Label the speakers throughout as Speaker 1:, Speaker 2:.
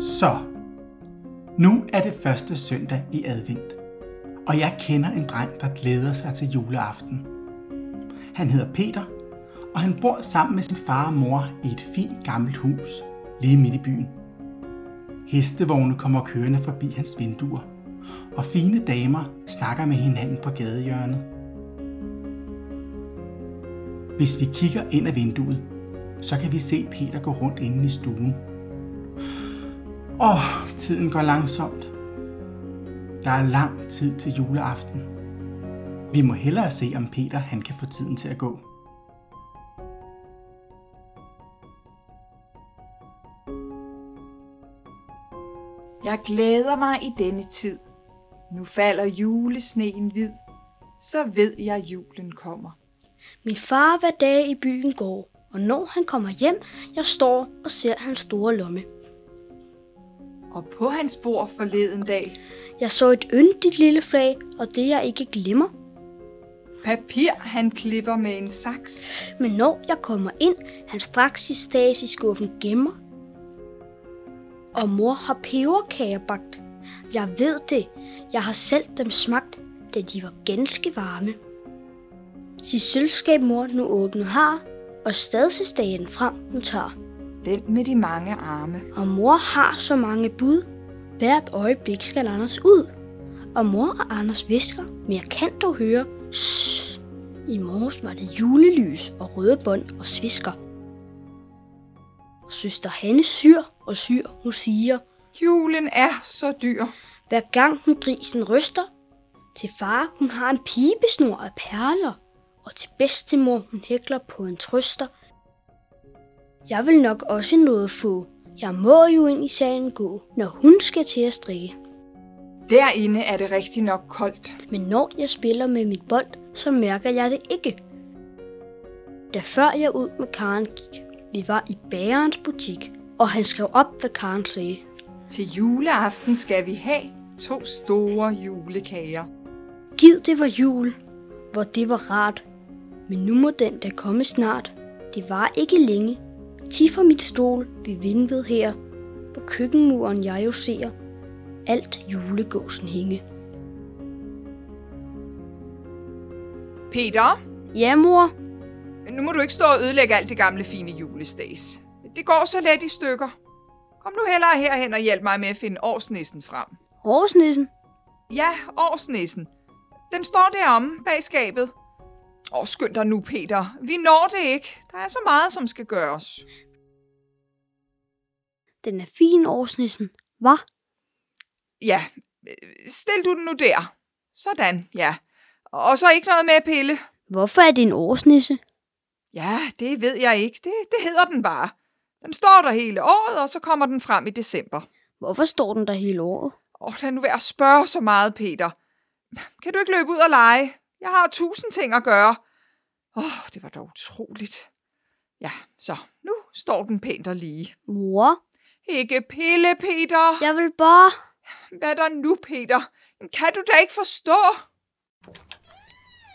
Speaker 1: Så, nu er det første søndag i advent, og jeg kender en dreng, der glæder sig til juleaften. Han hedder Peter, og han bor sammen med sin far og mor i et fint gammelt hus lige midt i byen. Hestevogne kommer kørende forbi hans vinduer, og fine damer snakker med hinanden på gadehjørnet. Hvis vi kigger ind ad vinduet, så kan vi se Peter gå rundt inde i stuen. Åh, tiden går langsomt. Der er lang tid til juleaften. Vi må hellere se, om Peter han kan få tiden til at gå.
Speaker 2: Jeg glæder mig i denne tid. Nu falder julesneen hvid. Så ved jeg, julen kommer.
Speaker 3: Min far hver dag i byen går, og når han kommer hjem, jeg står og ser hans store lomme.
Speaker 2: Og på hans bord forleden dag,
Speaker 3: Jeg så et yndigt lille flag, og det jeg ikke glemmer.
Speaker 2: papir han klipper med en saks.
Speaker 3: Men når jeg kommer ind, han straks i stas i skuffen gemmer. Og mor har peberkager bagt. Jeg ved det. Jeg har selv dem smagt, da de var ganske varme. Sit sølvskab mor nu åbnet har, og stadsesdagen frem hun tager.
Speaker 2: Den med de mange arme.
Speaker 3: Og mor har så mange bud. Hvert øjeblik skal Anders ud. Og mor og Anders visker, men jeg kan dog høre. Shh. I morges var det julelys og røde bånd og svisker. Søster Hanne syr og syr, hun siger,
Speaker 2: Julen er så dyr.
Speaker 3: hver gang hun grisen ryster. Til far hun har en pibesnor af perler, og til bedstemor hun hækler på en trøster. Jeg vil nok også noget få. Jeg må jo ind i salen gå, når hun skal til at strikke.
Speaker 2: Derinde er det rigtig nok koldt.
Speaker 3: Men når jeg spiller med mit bold, så mærker jeg det ikke. Da før jeg ud med Karen gik, vi var i bærens butik, og han skrev op, hvad Karen sagde.
Speaker 2: Til juleaften skal vi have to store julekager.
Speaker 3: Gid det var jul, hvor det var rart. Men nu må den da komme snart. Det var ikke længe. Ti fra mit stol ved vindved her. På køkkenmuren jeg jo ser. Alt julegåsen hænge.
Speaker 2: Peter,
Speaker 3: Ja, mor.
Speaker 2: nu må du ikke stå og ødelægge alt det gamle fine julestas. Det går så let i stykker. Kom nu hellere herhen og hjælp mig med at finde årsnissen frem.
Speaker 3: Årsnissen.
Speaker 2: Ja, årsnissen. Den står deromme bag skabet. Åh, skynd dig nu, Peter. Vi når det ikke. Der er så meget, som skal gøres.
Speaker 3: Den er fin, årsnissen. Hva?
Speaker 2: Ja, øh, stil du den nu der. Sådan, ja. Og så ikke noget med at pille.
Speaker 3: Hvorfor er det en årsnisse?
Speaker 2: Ja, det ved jeg ikke. Det, det hedder den bare. Den står der hele året, og så kommer den frem i december.
Speaker 3: Hvorfor står den der hele året?
Speaker 2: Åh, lad nu være at spørge så meget, Peter. Kan du ikke løbe ud og lege? Jeg har tusind ting at gøre. Åh, det var dog utroligt. Ja, så nu står den pænt og lige.
Speaker 3: Mor,
Speaker 2: Ikke pille, Peter. Ja.
Speaker 3: jeg vil bare...
Speaker 2: Hvad er der nu, Peter? Kan du da ikke forstå?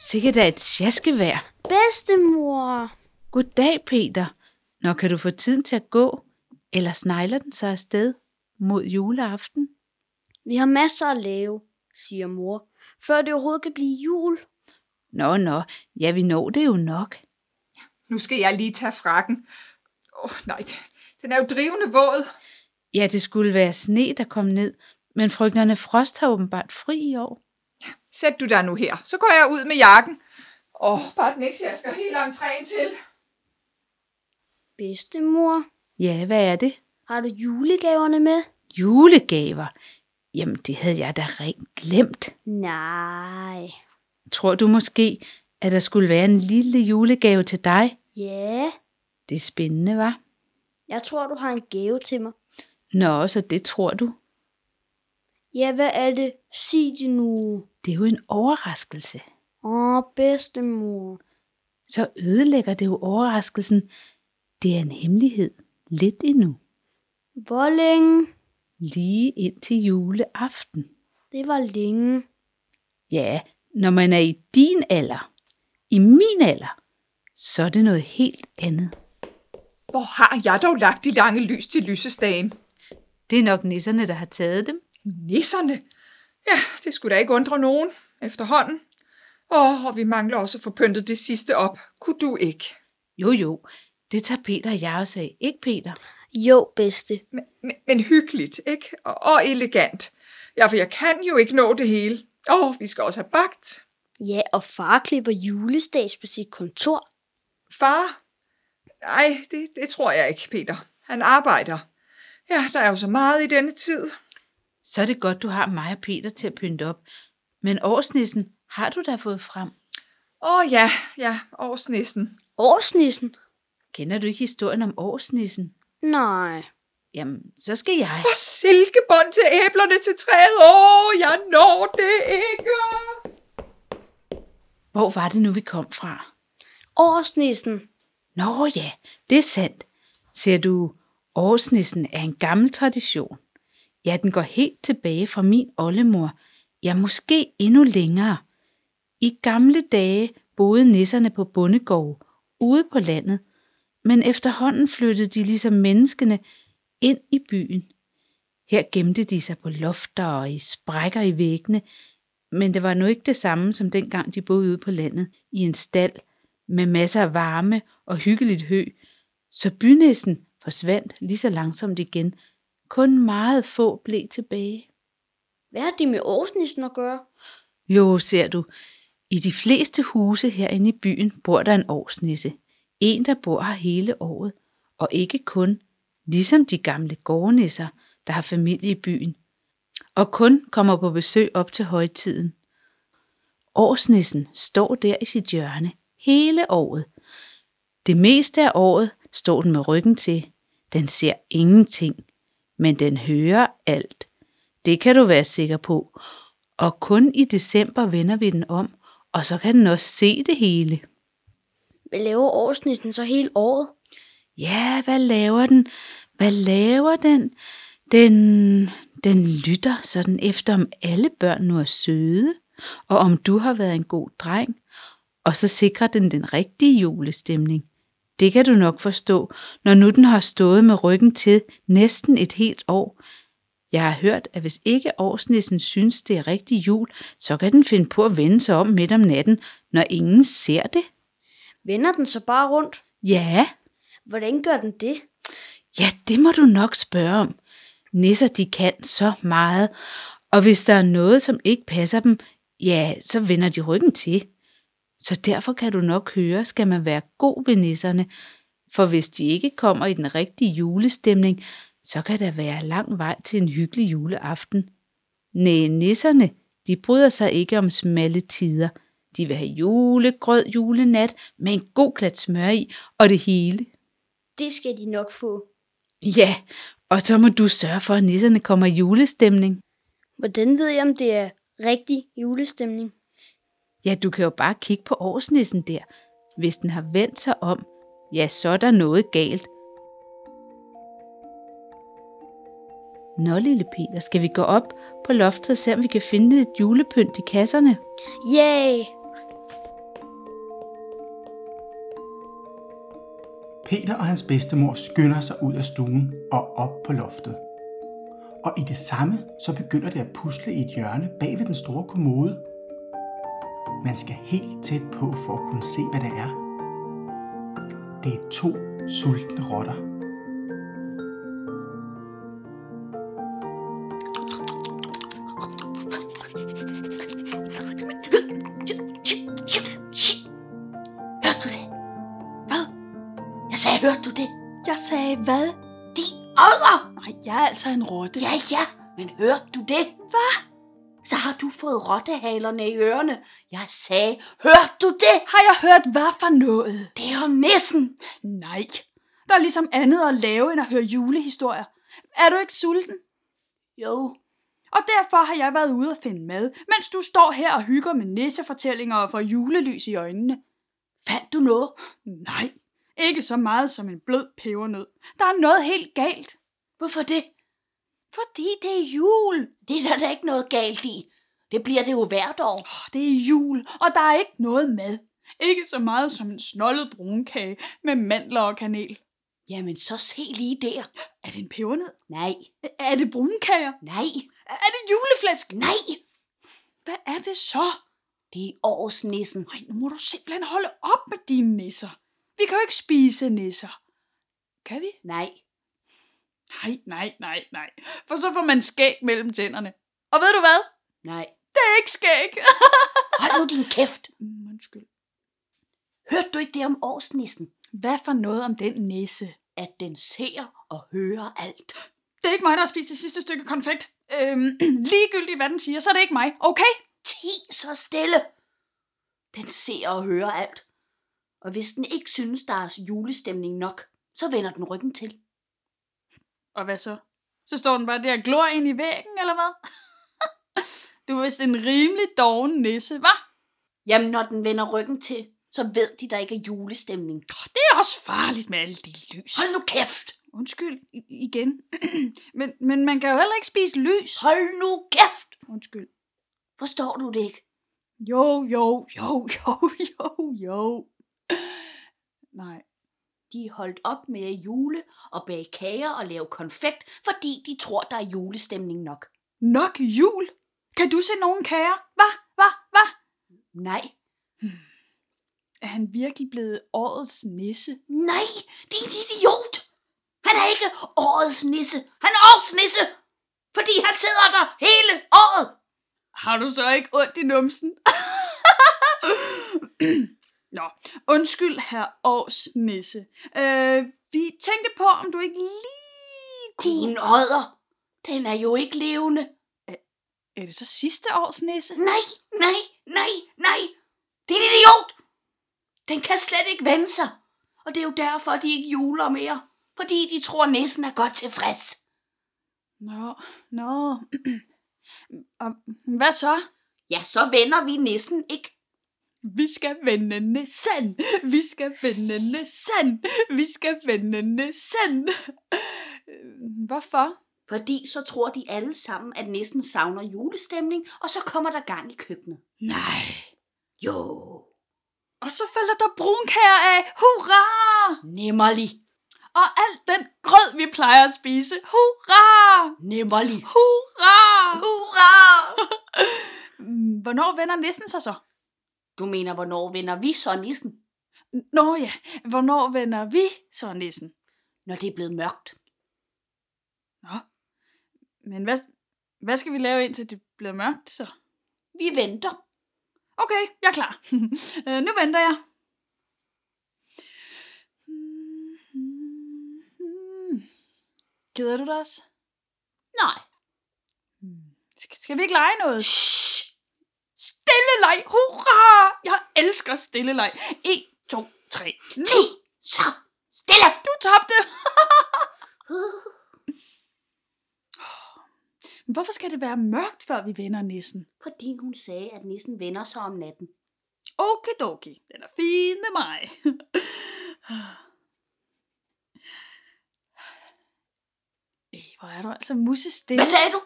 Speaker 4: Sikkert er et sjaskevær.
Speaker 3: Bedstemor!
Speaker 4: Goddag, Peter. Når kan du få tiden til at gå? Eller snegler den sig afsted mod juleaften?
Speaker 3: Vi har masser at lave, siger mor, før det overhovedet kan blive jul.
Speaker 4: Nå, nå, ja, vi når det jo nok.
Speaker 2: Nu skal jeg lige tage frakken. Åh, oh, nej. Den er jo drivende våd.
Speaker 4: Ja, det skulle være sne, der kom ned, men frygterne Frost har åbenbart fri i år.
Speaker 2: Sæt du dig nu her. Så går jeg ud med jakken. Åh, oh, bare den ikke jeg skal hele entréen til.
Speaker 3: Bedstemor,
Speaker 4: Ja, hvad er det?
Speaker 3: har du julegaverne med?
Speaker 4: Julegaver. Jamen, det havde jeg da rent glemt.
Speaker 3: Nej.
Speaker 4: Tror du måske, at der skulle være en lille julegave til dig?
Speaker 3: Ja,
Speaker 4: Det er spændende, var.
Speaker 3: jeg tror, du har en gave til mig.
Speaker 4: Nå, så det tror du.
Speaker 3: Ja, hvad er det? Sig det nu.
Speaker 4: Det er jo en overraskelse.
Speaker 3: Åh, bedstemor.
Speaker 4: så ødelægger det jo overraskelsen. Det er en hemmelighed. Lidt endnu.
Speaker 3: Hvor længe?
Speaker 4: Lige indtil juleaften.
Speaker 3: Det var længe.
Speaker 4: Ja, når man er i din alder, i min alder, så er det noget helt andet.
Speaker 2: Hvor har jeg dog lagt de lange lys til lysestagen?
Speaker 4: Det er nok nisserne, der har taget dem.
Speaker 2: Nisserne? Ja, det skulle da ikke undre nogen efterhånden. Åh, og vi mangler også at få pyntet det sidste op. Kunne du ikke?
Speaker 4: Jo, jo, det tager Peter og jeg også af. Ikke Peter?
Speaker 3: Jo, bedste.
Speaker 2: Men, men, men hyggeligt, ikke? Og, og elegant. Ja, for jeg kan jo ikke nå det hele. Åh, vi skal også have bagt.
Speaker 3: Ja, og far klipper julestads på sit kontor.
Speaker 2: Far? Nej, det, det tror jeg ikke, Peter. Han arbejder. Ja, der er jo så meget i denne tid.
Speaker 4: Så er det godt, du har mig og Peter til at pynte op. Men årsnissen har du da fået frem.
Speaker 2: Åh ja, ja, årsnissen.
Speaker 3: Årsnissen?
Speaker 4: Kender du ikke historien om årsnissen?
Speaker 3: Nej.
Speaker 4: Jamen, så skal jeg.
Speaker 2: Og silkebånd til æblerne til træet. Åh, jeg når det ikke.
Speaker 4: Hvor var det nu, vi kom fra?
Speaker 3: Årsnissen.
Speaker 4: Nå ja, det er sandt. Ser du, årsnissen er en gammel tradition. Ja, den går helt tilbage fra min oldemor. Ja, måske endnu længere. I gamle dage boede nisserne på bondegård ude på landet, men efterhånden flyttede de ligesom menneskene ind i byen. Her gemte de sig på lofter og i sprækker i væggene, men det var nu ikke det samme som dengang de boede ude på landet i en stald med masser af varme og hyggeligt hø, så bynissen forsvandt lige så langsomt igen. Kun meget få blev tilbage.
Speaker 3: Hvad har det med årsnissen at gøre?
Speaker 4: Jo, ser du, i de fleste huse herinde i byen bor der en årsnisse. En, der bor her hele året, og ikke kun, ligesom de gamle gårdnisser, der har familie i byen, og kun kommer på besøg op til højtiden. Årsnissen står der i sit hjørne hele året. Det meste af året står den med ryggen til. Den ser ingenting, men den hører alt. Det kan du være sikker på. Og kun i december vender vi den om, og så kan den også se det hele.
Speaker 3: Hvad laver årsnissen så hele året?
Speaker 4: Ja, hvad laver den? Hvad laver den? Den, den lytter sådan efter, om alle børn nu er søde, og om du har været en god dreng, og så sikrer den den rigtige julestemning. Det kan du nok forstå, når nu den har stået med ryggen til næsten et helt år. Jeg har hørt, at hvis ikke årsnissen synes, det er rigtig jul, så kan den finde på at vende sig om midt om natten, når ingen ser det.
Speaker 3: Vender den så bare rundt?
Speaker 4: Ja,
Speaker 3: Hvordan gør den det?
Speaker 4: Ja, det må du nok spørge om. Nisser, de kan så meget, og hvis der er noget, som ikke passer dem, ja, så vender de ryggen til. Så derfor kan du nok høre, skal man være god ved nisserne, for hvis de ikke kommer i den rigtige julestemning, så kan der være lang vej til en hyggelig juleaften. Næ, nisserne, de bryder sig ikke om smalle tider. De vil have julegrød julenat med en god klat smør i og det hele.
Speaker 3: Det skal de nok få.
Speaker 4: Ja, og så må du sørge for, at nisserne kommer i julestemning.
Speaker 3: Hvordan ved jeg, om det er rigtig julestemning?
Speaker 4: Ja, du kan jo bare kigge på årsnissen der. Hvis den har vendt sig om, ja, så er der noget galt. Nå, lille Peter, skal vi gå op på loftet og se, om vi kan finde lidt julepynt i kasserne?
Speaker 3: Yay!
Speaker 1: Peter og hans bedstemor skynder sig ud af stuen og op på loftet. Og i det samme, så begynder det at pusle i et hjørne bag ved den store kommode. Man skal helt tæt på for at kunne se, hvad det er. Det er to sultne rotter.
Speaker 5: Hørte du det? Hvad? Jeg sagde, hørte du det?
Speaker 6: Jeg sagde hvad?
Speaker 5: De ådder!
Speaker 6: Nej, jeg er altså en rotte.
Speaker 5: Ja, ja, men hørte du det? Hvad? Så har du fået rottehalerne i ørerne. Jeg sagde, hørte du det?
Speaker 6: Har jeg hørt hvad for noget?
Speaker 5: Det er jo nissen.
Speaker 6: Nej. Der er ligesom andet at lave, end at høre julehistorier. Er du ikke sulten?
Speaker 5: Jo,
Speaker 6: Og derfor har jeg været ude og finde mad, mens du står her og hygger med nissefortællinger og får julelys i øjnene.
Speaker 5: fandt du noget?
Speaker 6: Nej, ikke så meget som en blød pebernød. Der er noget helt galt.
Speaker 5: Hvorfor det? Fordi det er jul. Det er der da ikke noget galt i. Det bliver det jo hvert år.
Speaker 6: Åh, Det er jul, og der er ikke noget mad. Ikke så meget som en snollet brunkage med mandler og kanel.
Speaker 5: Jamen, så se lige der.
Speaker 6: Er det en pebernød?
Speaker 5: Nej,
Speaker 6: Er det brunkager?
Speaker 5: nej,
Speaker 6: Er det juleflæsk?
Speaker 5: nej.
Speaker 6: Hvad er det så?
Speaker 5: Det er årsnissen.
Speaker 6: Nej, nu må du simpelthen holde op med dine nisser. Vi kan jo ikke spise nisser. Kan vi?
Speaker 5: Nej,
Speaker 6: Nej, nej, nej, nej. For så får man skæg mellem tænderne. Og ved du hvad?
Speaker 5: nej.
Speaker 6: Det er ikke skæg.
Speaker 5: Hold nu din kæft.
Speaker 6: Mm, Undskyld.
Speaker 5: Hørte du ikke det om årsnissen?
Speaker 6: Hvad for noget om den nisse?
Speaker 5: At den ser og hører alt.
Speaker 6: Det er ikke mig, der har spist det sidste stykke konfekt. Øhm, ligegyldigt hvad den siger, så er det ikke mig. Okay?
Speaker 5: Ti så stille. Den ser og hører alt. Og hvis den ikke synes, der er julestemning nok, så vender den ryggen til.
Speaker 6: Og hvad så? Så står den bare der og glor ind i væggen, eller hvad? du er vist en rimelig doven nisse, hva'?
Speaker 5: Jamen, når den vender ryggen til, så ved de, der ikke er julestemning.
Speaker 6: Det er også farligt med alle de lys.
Speaker 5: Hold nu kæft!
Speaker 6: Undskyld i- igen. men, men man kan jo heller ikke spise lys.
Speaker 5: Hold nu kæft!
Speaker 6: Undskyld.
Speaker 5: Forstår du det ikke?
Speaker 6: Jo, jo, jo, jo, jo, jo. Nej.
Speaker 5: De er holdt op med at jule og bage kager og lave konfekt, fordi de tror, der er julestemning nok.
Speaker 6: Nok jul. Kan du se nogen kager? Hvad? Hvad? Hvad?
Speaker 5: Nej,
Speaker 6: Er han virkelig blevet årets nisse?
Speaker 5: nej, din idiot! Han er ikke årets nisse. Han er årets nisse! Fordi han sidder der hele året!
Speaker 6: Har du så ikke ondt i numsen? Nå, undskyld her års nisse. Øh, vi tænkte på, om du ikke lige kunne...
Speaker 5: Din ådder, den er jo ikke levende.
Speaker 6: Er det så sidste års nisse?
Speaker 5: Nej, nej, nej, nej. Det er en idiot. Den kan slet ikke vende sig. Og det er jo derfor, de ikke juler mere. Fordi de tror, næsen er godt tilfreds.
Speaker 6: Nå, nå. Og hvad så?
Speaker 5: Ja, så vender vi næsten ikke.
Speaker 6: Vi skal vende nissen. Vi skal vende nissen. Vi skal vende nissen. Øh, Hvorfor?
Speaker 5: Fordi så tror de alle sammen, at næsten savner julestemning, og så kommer der gang i køkkenet.
Speaker 6: Nej.
Speaker 5: Jo,
Speaker 6: Og så falder der brunkager af. Hurra!
Speaker 5: nemmerlig,
Speaker 6: Og alt den grød, vi plejer at spise. Hurra!
Speaker 5: nemmerlig.
Speaker 6: Hurra!
Speaker 5: Hurra!
Speaker 6: Mm, Hvornår vender nissen sig så?
Speaker 5: Du mener, hvornår vender vi så næsten?
Speaker 6: Nå ja, hvornår vender vi så nissen?
Speaker 5: Når det er blevet mørkt.
Speaker 6: Men hvad, hvad skal vi lave, indtil det bliver mørkt så?
Speaker 5: Vi venter.
Speaker 6: Okay, jeg er klar. Øh, nu venter jeg. Gider du det også?
Speaker 5: Nej.
Speaker 6: Sk- skal vi ikke lege noget?
Speaker 5: Shh.
Speaker 6: Stille leg! Hurra! Jeg elsker stille leg. 1, 2, 3.
Speaker 5: Ti, så stille.
Speaker 6: Du tabte! Hvorfor skal det være mørkt, før vi vender nissen?
Speaker 5: Fordi hun sagde, at nissen vender sig om natten.
Speaker 6: Okidoki, den er fin med mig. Ej, hvor er du altså musestille.
Speaker 5: Hvad sagde du?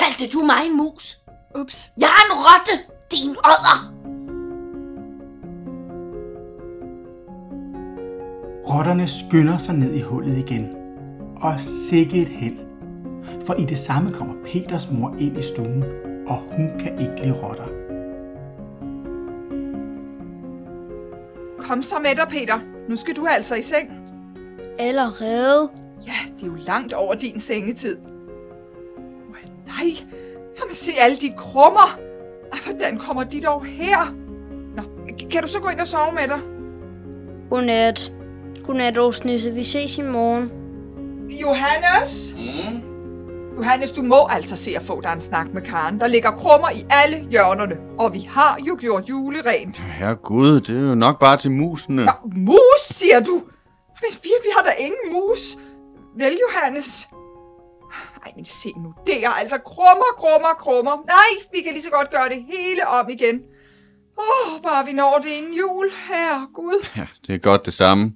Speaker 5: Kaldte du mig en mus?
Speaker 6: Ups.
Speaker 5: Jeg er en rotte, din ådder!
Speaker 1: Rotterne skynder sig ned i hullet igen. Og sikke et held. For i det samme kommer Peters mor ind i stuen, og hun kan ikke lide rotter.
Speaker 2: Kom så med dig, Peter. Nu skal du altså i seng.
Speaker 3: Allerede?
Speaker 2: Ja, det er jo langt over din sengetid. Åh, nej, jeg må se alle de krummer. Ej, hvordan kommer de dog her? Nå, kan du så gå ind og sove med dig?
Speaker 3: Godnat. Godnat, Åsnisse. Vi ses i morgen.
Speaker 2: Johannes? Mm. Johannes, du må altså se at få dig en snak med Karen. Der ligger krummer i alle hjørnerne, og vi har jo gjort julerent.
Speaker 7: Herregud, det er jo nok bare til musene.
Speaker 2: Nå, mus, siger du? Men vi, vi har da ingen mus. Vel, Johannes? Ej, men se nu, det er altså krummer, krummer, krummer. Nej, vi kan lige så godt gøre det hele om igen. Åh, oh, bare vi når det inden jul, herregud.
Speaker 7: Ja, det er godt det samme.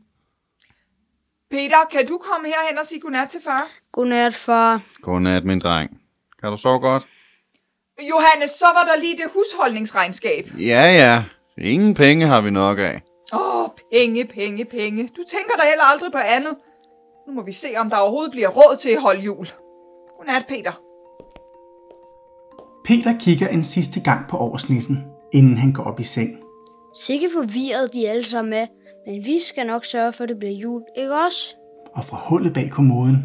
Speaker 2: Peter, kan du komme herhen og sige godnat til far?
Speaker 3: Godnat, far.
Speaker 7: Godnat, min dreng. Kan du sove godt?
Speaker 2: Johannes, så var der lige det husholdningsregnskab.
Speaker 7: Ja, ja. Ingen penge har vi nok af.
Speaker 2: Åh, penge, penge, penge. Du tænker da heller aldrig på andet. Nu må vi se, om der overhovedet bliver råd til at holde jul. Godnat, Peter.
Speaker 1: Peter kigger en sidste gang på årsnissen, inden han går op i seng.
Speaker 3: Sikke forvirret de alle sammen er, men vi skal nok sørge for, at det bliver jul, ikke også?
Speaker 1: Og fra hullet bag kommoden,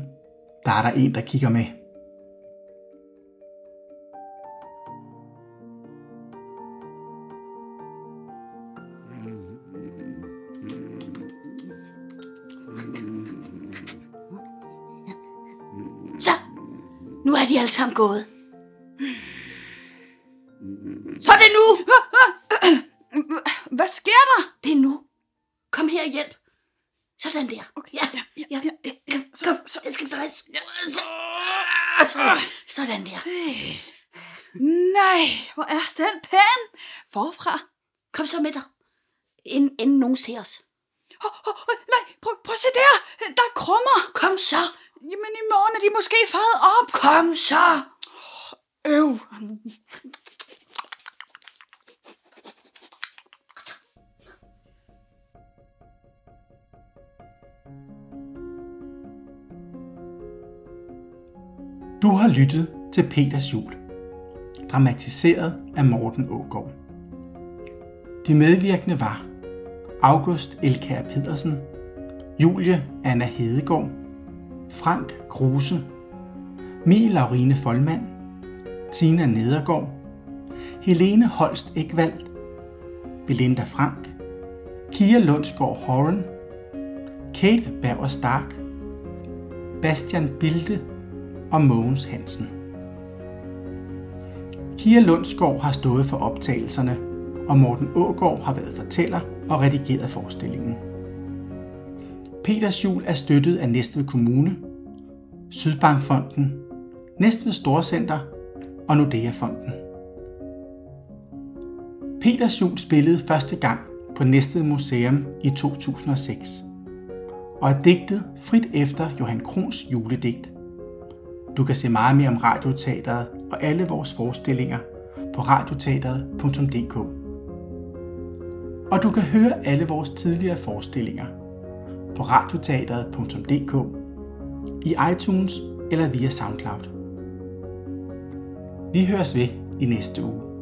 Speaker 1: der er der en, der kigger med.
Speaker 5: Så, nu er de alle sammen gået. Så er det nu!
Speaker 6: Hvad sker der?
Speaker 5: Det er nu. Kom her og hjælp. Sådan der. Okay. Ja, ja, ja. ja. Kom, kom. Så, jeg skal dreje. Sådan. Sådan der.
Speaker 6: Nej, hvor er den pæn. Forfra.
Speaker 5: Kom så med dig. Inden, inden nogen ser os.
Speaker 6: Oh, oh, oh, nej, prøv, prøv at se der. Der er krummer.
Speaker 5: Kom så.
Speaker 6: Jamen i morgen er de måske faret op.
Speaker 5: Kom så.
Speaker 6: Øv.
Speaker 1: Du har lyttet til Peters Jul, dramatiseret af Morten Ågaard. De medvirkende var August Elkær Pedersen, Julie Anna Hedegaard, Frank Kruse, Mie Laurine Folmand, Tina Nedergaard, Helene Holst Ekvald, Belinda Frank, Kia Lundsgaard Horan, Kate Bauer Stark, Bastian Bilde og Mogens Hansen. Kia Lundsgaard har stået for optagelserne, og Morten Ågaard har været fortæller og redigeret forestillingen. Peters Jul er støttet af Næstved Kommune, Sydbankfonden, Næstved Storcenter og Nordea Fonden. Peters Jul spillede første gang på Næstved Museum i 2006 og er digtet frit efter Johan Krons juledigt – du kan se meget mere om Radioteateret og alle vores forestillinger på radioteateret.dk. Og du kan høre alle vores tidligere forestillinger på radioteateret.dk, i iTunes eller via SoundCloud. Vi høres ved i næste uge.